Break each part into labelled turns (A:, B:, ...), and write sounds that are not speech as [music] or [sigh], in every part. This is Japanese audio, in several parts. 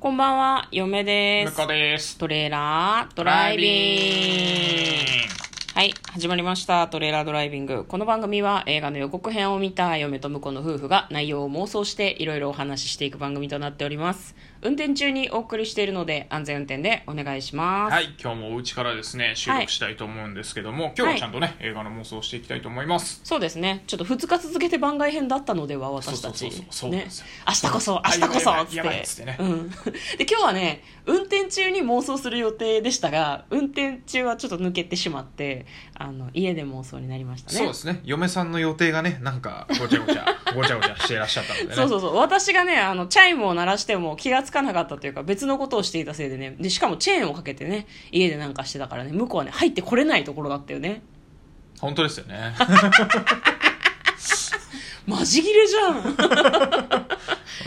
A: こんばんは、嫁で
B: 向
A: す
B: こ。うです。
A: トレーラード
B: ド
A: ライビング。はい、始まりました。トレーラードライビング。この番組は映画の予告編を見た嫁と婿の夫婦が内容を妄想していろいろお話ししていく番組となっております。運転中にお送りしているので安全運転でお願いします。
B: はい、今日もお家からですね、収録したいと思うんですけども、今日はちゃんとね、映画の妄想をしていきたいと思います。
A: そうですね。ちょっと2日続けて番外編だったのでは、私たち。
B: そうそうそうそうそうなん
A: ね
B: ですよ。
A: 明日こそ、
B: あ
A: 明日こそ
B: やばい
A: つっ
B: やばいやばい
A: て。
B: っつってね
A: うん。 [laughs] で、今日はね、運転中に妄想する予定でしたが、運転中はちょっと抜けてしまって、あの、家で妄想になりましたね。
B: そうですね、嫁さんの予定がね、なんかごちゃご
A: [laughs]
B: ちゃ、ごちゃごちゃしていらっしゃったのでね。
A: そうそうそう私がねあのチャイムを鳴らしても気がつかなかったというか別のことをしていたせいでねでしかもチェーンをかけてね家でなんかしてたからね向こうはね入ってこれないところだったよね
B: 本当です
A: [laughs]
B: よね。
A: マジギレじゃん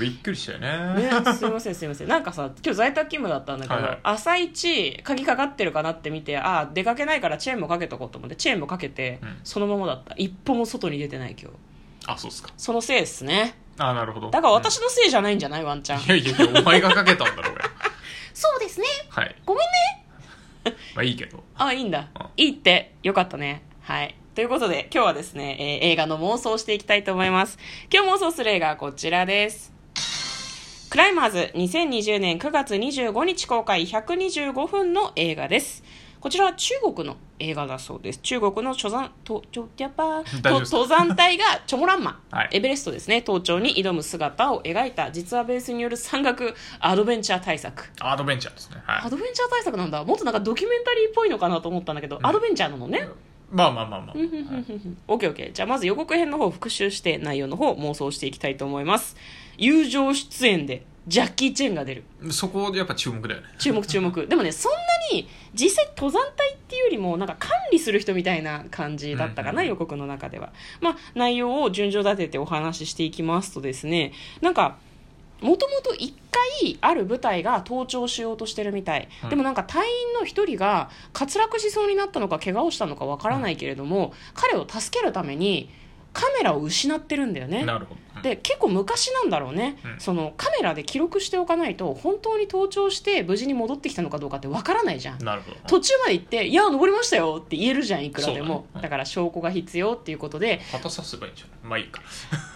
B: びっくりしたよね。
A: ね、すいませんすいませんなんかさ今日在宅勤務だったんだけど、
B: はいはい
A: 朝一鍵かかってるかなって見てあー出かけないからチェーンもかけとこうと思ってチェーンもかけて、
B: うん
A: そのままだった一歩も外に出てない今日
B: あ、そうですか。
A: そのせいですね
B: あ、なるほど。
A: だから私のせいじゃないんじゃないワンちゃん
B: うん。いやいやいや、お前がかけたんだろ
A: [laughs]
B: うが。
A: そうですね
B: はい。
A: ごめんね
B: まあいいけど。
A: あいいんだ
B: うん
A: いいってよかったねはいということで今日はですね、えー映画の妄想をしていきたいと思います今日妄想する映画はこちらですクライマーズ2020年9月25日公開125分の映画ですこちらは中国の映画だそうです中国の登山とちょやっぱと
B: 大丈夫です
A: 登山隊
B: [laughs]
A: がチョモランマ、
B: はい
A: エベレストですね登頂に挑む姿を描いた実話ベースによる山岳アドベンチャー大作
B: アドベンチャーですね。
A: [laughs]
B: は
A: ア
B: い。
A: ドベンチャー対策なんだもっとなんかドキュメンタリーっぽいのかなと思ったんだけど、アドベンチャーなのね
B: まあまあまあまあ。
A: うんうんうんうんうん [laughs] オッケーオッケーじゃあまず予告編の方を復習して内容の方を妄想していきたいと思います友情出演でジャッキー・チェンが出る
B: はいそこ、やっぱ注目だよね。
A: 注目注目でもねそんなに実際登山隊っていうよりもなんか管理する人みたいな感じだったかな、
B: うんうん
A: 予告の中ではまあ内容を順序立ててお話ししていきますとですねなんかもともと1回ある部隊が登頂しようとしてるみたい、
B: うん
A: でもなんか隊員の1人が滑落しそうになったのか怪我をしたのかわからないけれども、彼を助けるためにカメラを失ってるんだよね
B: なるほど。うん
A: で結構昔なんだろうね、
B: うん
A: そのカメラで記録しておかないと本当に登頂して無事に戻ってきたのかどうかってわからないじゃん
B: なるほど。
A: 途中まで行って「いや登りましたよ」って言えるじゃんいくらでも
B: そうだねうん
A: だから証拠が必要っていうことで
B: 旗させばいいんじゃないまあいいか。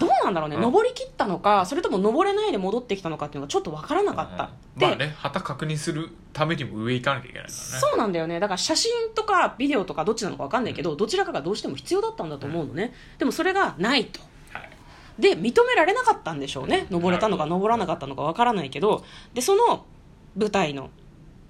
A: どうなんだろうね、
B: うん
A: 登りきったのかそれとも登れないで戻ってきたのかっていうのがちょっとわからなかった、で、
B: まあね旗確認するためにも上行かなきゃいけないからね
A: そうなんだよねだから写真とかビデオとかどっちなのかわかんないけど、どちらかがどうしても必要だったんだと思うのね、でもそれがないと
B: はい
A: で認められなかったんでしょうね
B: うん
A: 登れたのか
B: なるほ
A: 登
B: ど
A: らなかったのかわからないけどでその舞台の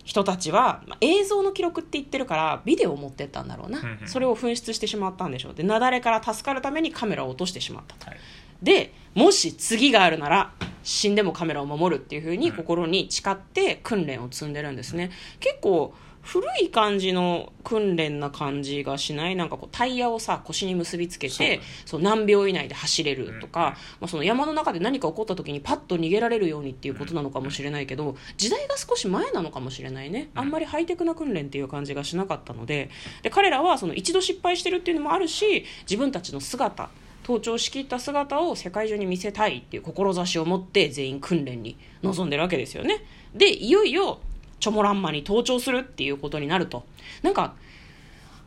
A: 人たちは、まあ映像の記録って言ってるからビデオを持ってったんだろうな、
B: うんうん
A: それを紛失してしまったんでしょうで雪崩から助かるためにカメラを落としてしまったと、
B: はい
A: でもし次があるなら死んでもカメラを守るっていうふうに心に誓って訓練を積んでるんですね、結構古い感じの訓練な感じがしないなんかこうタイヤをさ腰に結びつけ
B: そうだ
A: て
B: ね
A: そう何秒以内で走れると
B: うんう
A: か、まあ、その山の中で何か起こった時にパッと逃げられるようにっていうことなのかもしれないけど時代が少し前なのかもしれないね
B: うん
A: あんまりハイテクな訓練っていう感じがしなかったのでで彼らはその一度失敗してるっていうのもあるし自分たちの姿登頂しきった姿を世界中に見せたいっていう志を持って全員訓練に臨んでるわけですよね。でいよいよチョモランマに登頂するっていうことになるとなんか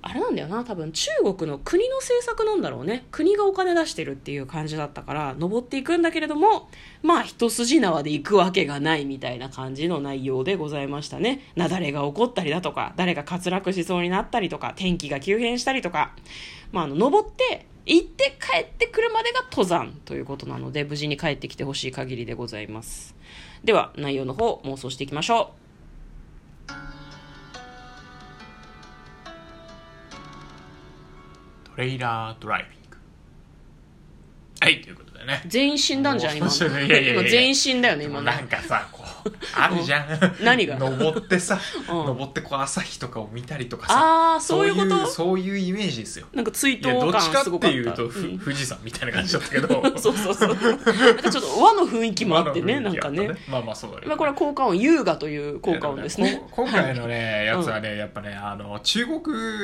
A: あれなんだよな多分中国の国の政策なんだろうね国がお金出してるっていう感じだったから登っていくんだけれどもまあ一筋縄で行くわけがないみたいな感じの内容でございましたね雪崩が起こったりだとか誰が滑落しそうになったりとか天気が急変したりとか、まあ、あの登って行って帰ってくるまでが登山ということなので無事に帰ってきてほしい限りでございますでは内容の方妄想していきましょう
B: トレイラードライビングはいということでね
A: 全員死んだんじゃん今
B: もうそうそういやいやいや
A: 今全員死んだよね
B: でも
A: 今
B: な
A: ね
B: んかさこ
A: [laughs]
B: うあるじゃん
A: 何が
B: 登ってさ、
A: [laughs] うん
B: 登ってこう朝日とかを見たりとかさ
A: ああそういうこと
B: そういうイメージですよ
A: なんか追
B: いやど
A: 悼
B: っち
A: 感
B: か
A: すご
B: っ
A: か
B: て
A: っ
B: いう
A: た。
B: と、ふ
A: うん
B: 富士山みたいな感じだったけど
A: [laughs]
B: [laughs]
A: そうそうそう。なんかちょっと和の雰囲気もあってね、
B: ま
A: な
B: あ
A: んかね。
B: まあまあそうだよね
A: まあこれは効果音、優雅という効果音ですね。
B: こ今回のね、やつはね、やっぱね、あの、中国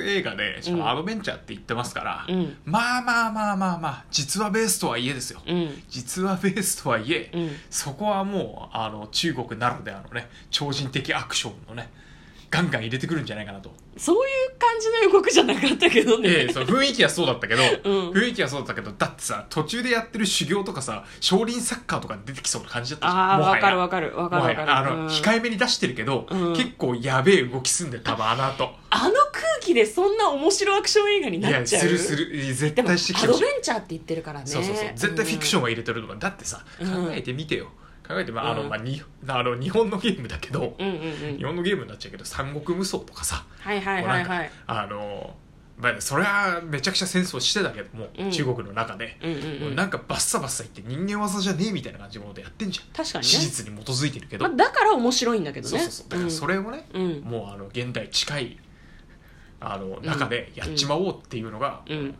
B: 映画で、ちょっ
A: うん
B: とアドベンチャーって言ってますから、
A: うん
B: まあまあまあまあまあ、実はベースとはいえですよ。
A: うん。
B: 実はベースとはいえ、
A: うん
B: そこはもう、あの、中国国ならではのね超人的アクションのねガンガン入れてくるんじゃないかなと、
A: そういう感じの予告じゃなかったけどね、
B: ええその雰囲気はそうだったけど、
A: [laughs] うん
B: 雰囲気はそうだったけどだってさ途中でやってる修行とかさ少林サッカーとか出てきそうな感じだったじゃん
A: ああ
B: もは
A: わ
B: や
A: かるわかるわかる
B: もは
A: わ
B: や
A: かる
B: あの、
A: うん
B: 控えめに出してるけど、
A: うん
B: 結構やべえ動きすんで多分あの後
A: あの空気でそんな面白アクション映画に
B: い
A: なっ
B: や
A: ちゃう
B: するする絶
A: でもア
B: 対してきて
A: ド
B: ほしい
A: ベンチャーって言ってるからね
B: そうそうそう絶対フィクションは入れてるのがだってさ
A: う
B: 考
A: ん
B: えてみてよ、考えて、まああの
A: うん
B: まあ、にあの日本のゲームだけど、
A: うんうんうんう
B: 日
A: ん
B: 本のゲームになっちゃうけど三国無双とかさ
A: はいはいはいはい
B: あの、まあ、それはめちゃくちゃ戦争してたけども、
A: うん
B: 中国の中で、
A: うんうんうん
B: なんかバッサバッサいって人間技じゃねえみたいな感じのことやってんじゃん
A: 確かにね
B: 史実に基づいてるけど、
A: まあ、だから面白いんだけどね
B: そうそうそうだからそれをね、
A: うん、うん
B: もうあの現代近いあの中でやっちまおうっていうのが、
A: うん、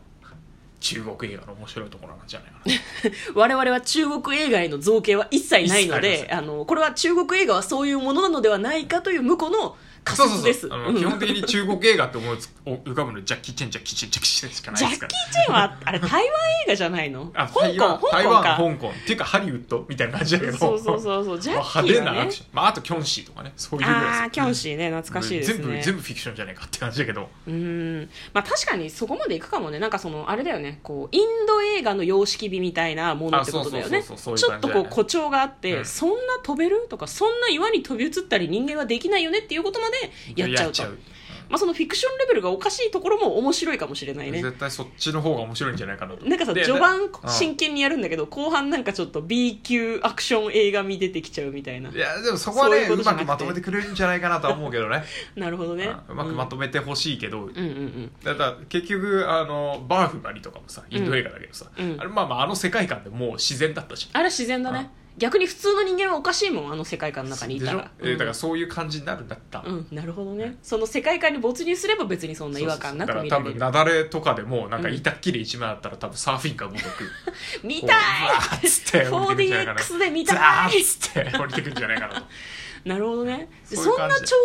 B: 中国映画の面白いところなんじゃないかな
A: 我々は中国映画への造形は一切ないの
B: 一切ありま
A: で
B: せ
A: あのこれは中国映画はそういうものなのではないかという向こうの [laughs] 仮
B: そうそう
A: 説
B: そう
A: です
B: あの
A: うん
B: 基本的に中国映画って思いつ浮かぶのジャッキー・チェンジャッキー・チェンジャッキー・チェンしかない
A: ジャ
B: で
A: ッキー・
B: すから
A: チェンはあ
B: [laughs]
A: れ台湾映画じゃないの香
B: あ
A: 港
B: 台
A: 香
B: 湾
A: 港か
B: 台湾香港っていうかハリウッドみたいな感じだけど
A: そうそうそうそうジャ
B: まあ
A: ッ
B: 派
A: キ
B: 手
A: ー
B: な
A: はね
B: アクション、まあ、あとキョンシーとかねそういうぐらいです
A: ああーキョンシーね懐かしいですね
B: 全部全部フィクションじゃないかって感じだけど
A: うーんまあ確かにそこまでいくかもねなんかそのあれだよねこうインド映画の様式美みたいなものってことだよ
B: あ
A: ね
B: そう
A: ち
B: そ
A: ょ
B: うそうそ
A: っ
B: うそういう感
A: と
B: じだ
A: こ
B: よ
A: う
B: ね
A: 誇張があって、
B: うん
A: そんな飛べるとかそんな岩に飛び移ったり人間はできないよねっていうことまでやっちゃうとまあ、そのフィクションレベルがおかしいところも面白いかもしれないね
B: 絶対そっちの方が面白いんじゃないかなと
A: なんかさ
B: で
A: 序盤
B: うん
A: 真剣にやるんだけど後半なんかちょっと B 級アクション映画見出てきちゃうみたいない
B: やでもそこは
A: そういう
B: ねう
A: ことじゃな
B: ま
A: くて
B: くまとめてくれるんじゃないかなとは思うけどね
A: なるほどね
B: うんうまくまとめてほしいけど、
A: うんうんうん
B: だから結局あのバーフバリとかもさインド映画だけどさ、
A: うん
B: あれまあまああの世界観でもう自然だったじゃん
A: あれは自然だね逆に普通の人間はおかしいもんあの世界観の中にいたら
B: でしょえーだから
A: う
B: そういう感じになるんだった、
A: んうん、なるほどねその世界観に没入すれば別にそんな違和感なく
B: そうそう
A: 見
B: だ
A: ら
B: から多
A: れ
B: 分
A: る
B: 雪崩とかでもなんか板っきり一枚あったら多分サーフィンがもどく
A: [laughs] 見
B: こう
A: た
B: わーっつっ
A: [laughs]
B: て降りてくんじゃないかな
A: 4DX で見たい
B: ザーっつって降りてくんじゃないかなと
A: いなるほどねで
B: そういう
A: そんな
B: 感
A: 超
B: じ
A: 人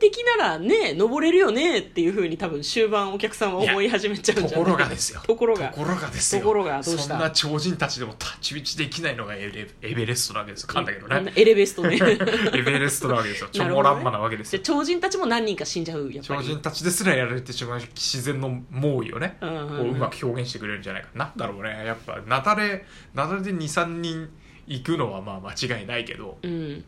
A: 的ならね登れるよねっていうふうに多分終盤お客さんは思い始 [laughs] めちゃうん
B: と
A: じゃない
B: ころがですよ
A: ところが
B: ですよ
A: ところがどうした
B: そんな超人たちでも立ち打ちできないのがエレエベレストなわけですよ噛んだけどね
A: エレベストね
B: [laughs] エベレストなわけですよチ
A: な
B: ョ
A: るほ
B: モ
A: どね
B: ランマなわけです
A: じゃ
B: よ
A: あ超人たちも何人か死んじゃうやっぱ
B: 超
A: り
B: 人たちですらやられてしまう自然の猛威をね、
A: うんうんうん
B: こううまく表現してくれるんじゃないかなんだろうねやっぱなだれなだれで23人行くのはまあ間違いないけど
A: うん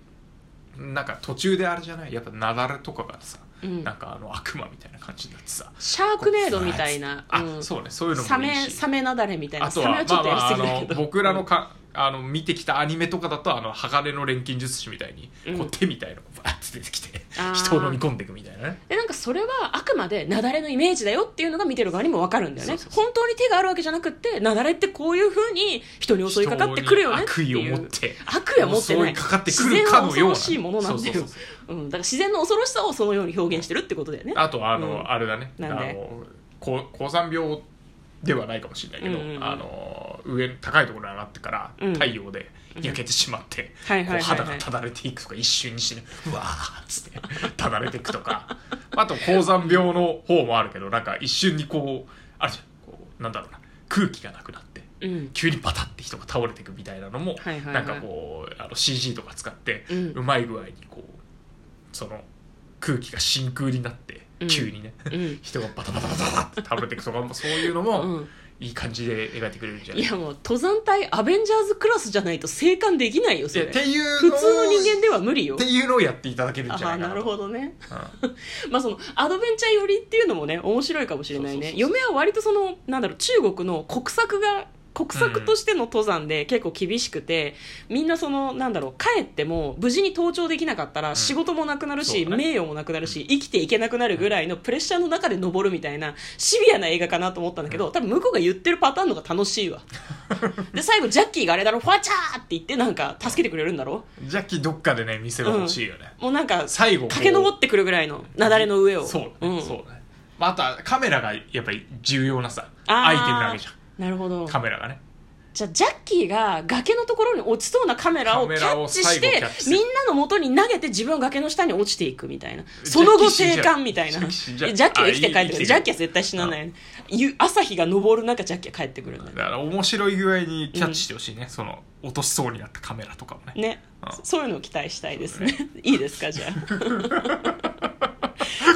B: なんか途中であれじゃないやっぱなだれとかがさ、
A: うん
B: なんかあの悪魔みたいな感じになってさ
A: シャークネードみたいな
B: あ、
A: うん
B: そうねそういうの
A: サ
B: もいい
A: メ
B: し
A: サメなだれみたいな
B: あと
A: サ
B: は
A: メはちょっとやりすぎ
B: まあまあ
A: だ
B: あ
A: け
B: の
A: ど
B: 僕らのか、あの見てきたアニメとかだとあの鋼の錬金術師みたいに、
A: うん
B: こう手みたいのがバーッて出てきて
A: あー
B: 人を飲み込んでいくみたいなね
A: でなんかそれはあくまで雪崩のイメージだよっていうのが見てる側にも分かるんだよね
B: そうそうそう
A: 本当に手があるわけじゃなくって雪崩ってこういうふうに人に襲いかかってくるよねって
B: 人
A: い
B: に
A: う
B: 悪意を持って
A: 悪意は持ってない
B: 襲いかかってくるかのよ
A: 自然は恐
B: うな
A: ろしいものなんだよ
B: そうそうそう
A: うん、だから自然の恐ろしさをそのように表現してるってことだよね
B: あとあの、
A: うん
B: あれだね
A: なんで
B: あのこ高山病ではないかもしれないけど、
A: うんうんうん
B: あの上高いところに上がってから
A: うん
B: 太陽で焼けてしまって、
A: はいはいはいはい
B: こう肌がただれていくとか一瞬にして、ね、うわーっつ
A: [laughs]
B: ってただれていくとかあと高山病の方もあるけどなんか一瞬にこうあるじゃんこうなんだろうな空気がなくなって。
A: うん
B: 急にバタって人が倒れていくみたいなのも、
A: はいはいはい
B: なんかこうあの CG とか使って、
A: う
B: うんまい具合にこうその空気が真空になって、
A: うん
B: 急にね、
A: うん
B: 人がバタバタバタバタって倒れていくとかもそういうの
A: う
B: も
A: ん
B: いい感じで描いてくれるんじゃないい,、
A: やもう登山隊アベンジャーズクラスじゃないと生還できないよそ
B: いや
A: れ
B: っていう
A: 普
B: を
A: 通の人間では無理よ
B: っていうのをやっていただけるんじゃ
A: ああな
B: ないかな
A: る
B: と
A: ほどね
B: う
A: [laughs]
B: ん
A: まあそのアドベンチャー寄りっていうのもね面白いかもしれないね
B: そうそうそうそう
A: 嫁は割とそのなんだろう中国の国策が国策としての登山で結構厳しくて、みんなそのなんだろう帰っても無事に登頂できなかったら仕事もなくなるし、
B: そうだね
A: 名誉もなくなるし生きていけなくなるぐらいのプレッシャーの中で登るみたいなシビアな映画かなと思ったんだけど多分向こうが言ってるパターンの方が楽し
B: [laughs]
A: いわで最後ジャッキーがあれだろ「ファチャー!」って言ってなんか助けてくれるんだろ
B: ジャッキーどっかでね見せば欲しいよね、
A: もうなんか
B: 最後こう
A: 駆け上ってくるぐらいの雪崩の上を
B: そうだね、
A: ん
B: そうだねまあ、あとはカメラがやっぱり重要なさ
A: あ
B: ア
A: ー
B: イテムなわけじゃん
A: なるほど
B: カメラがね
A: じゃあジャッキーが崖のところに落ちそうなカメラを
B: カ
A: キ
B: メ
A: ャ
B: ラを
A: ッチし
B: 最後
A: て
B: キャッチする
A: みんなの元に投げて自分は崖の下に落ちていくみたいなその後
B: ジャッキ
A: 生
B: ー死んじゃう
A: 還みたいな
B: ジ
A: ジ
B: ャッ
A: ャ
B: キー死んじゃう
A: ッキーは生きて帰ってく
B: あいい生きてく
A: る
B: る
A: ジャッキーは絶対死なない夕朝日が昇る中ジャッキーは帰ってくるんだよ
B: だから面白い具合にキャッチしてほしいね、その落としそうになったカメラとかもね
A: ね
B: うん、
A: そういうのを期待したいですね。 [laughs] いいですか、じゃあ。
B: [laughs]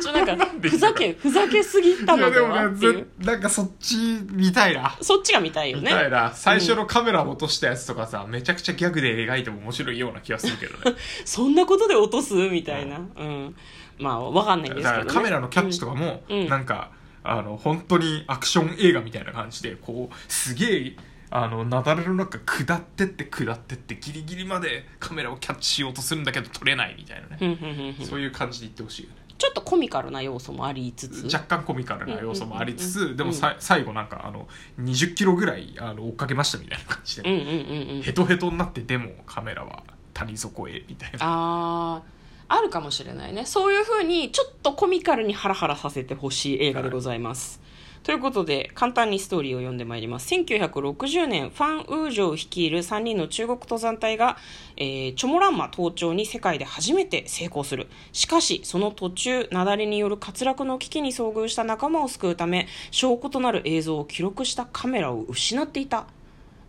A: ちょなんか
B: なんで
A: ふざけふざけすぎた
B: い
A: の
B: やで
A: で
B: も
A: は
B: ね
A: っていう
B: ぜなんかそっち見たいな
A: そっちが見たいよ
B: み
A: ね
B: たいな最初のカメラを落としたやつとかさ、めちゃくちゃギャグで描いても面白いような気がするけどね
A: そんなことで落とすみたいな、うん、まあわかんないんです
B: だ
A: け
B: か
A: ど、
B: ら
A: ね、
B: カメラのキャッチと
A: か、
B: かも、
A: うん
B: なんかあの本当にアクション映画みたいな感じでこうすげえあの雪崩の中下ってって下ってってギリギリまでカメラをキャッチしようとするんだけど撮れないみたいな
A: うん
B: ね、
A: うんうんうん
B: そういう感じでいってほしいよね
A: ちょっとコミカルな要素もありつつ
B: 若干コミカルな要素もありつつ、
A: うんうんうんうん
B: でもさ最後なんかあの20キロぐらいあの追っかけましたみたいな感じで、
A: うんうんうんうん
B: ヘトヘトになってでもカメラは谷底へみたいな
A: あーあるかもしれないねそういうふうにちょっとコミカルにハラハラさせてほしい映画でございます、ということで簡単にストーリーを読んでまいります1960年ファン・ウージョウ率いる3人の中国登山隊が、えーチョモランマ登頂に世界で初めて成功するしかしその途中雪崩による滑落の危機に遭遇した仲間を救うため証拠となる映像を記録したカメラを失っていた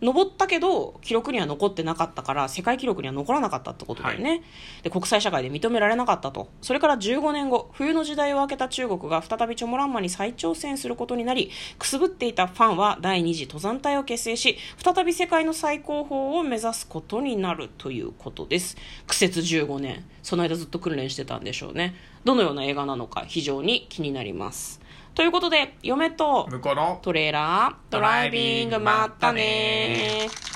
A: 登ったけど記録には残ってなかったから世界記録には残らなかったってことだよね、で国際社会で認められなかったとそれから15年後冬の時代を明けた中国が再びチョモランマに再挑戦することになりくすぶっていたファンは第二次登山隊を結成し再び世界の最高峰を目指すことになるということです苦節15年その間ずっと訓練してたんでしょうねどのような映画なのか非常に気になりますということで嫁と
B: 向こうの
A: トレーラードライビングまったねー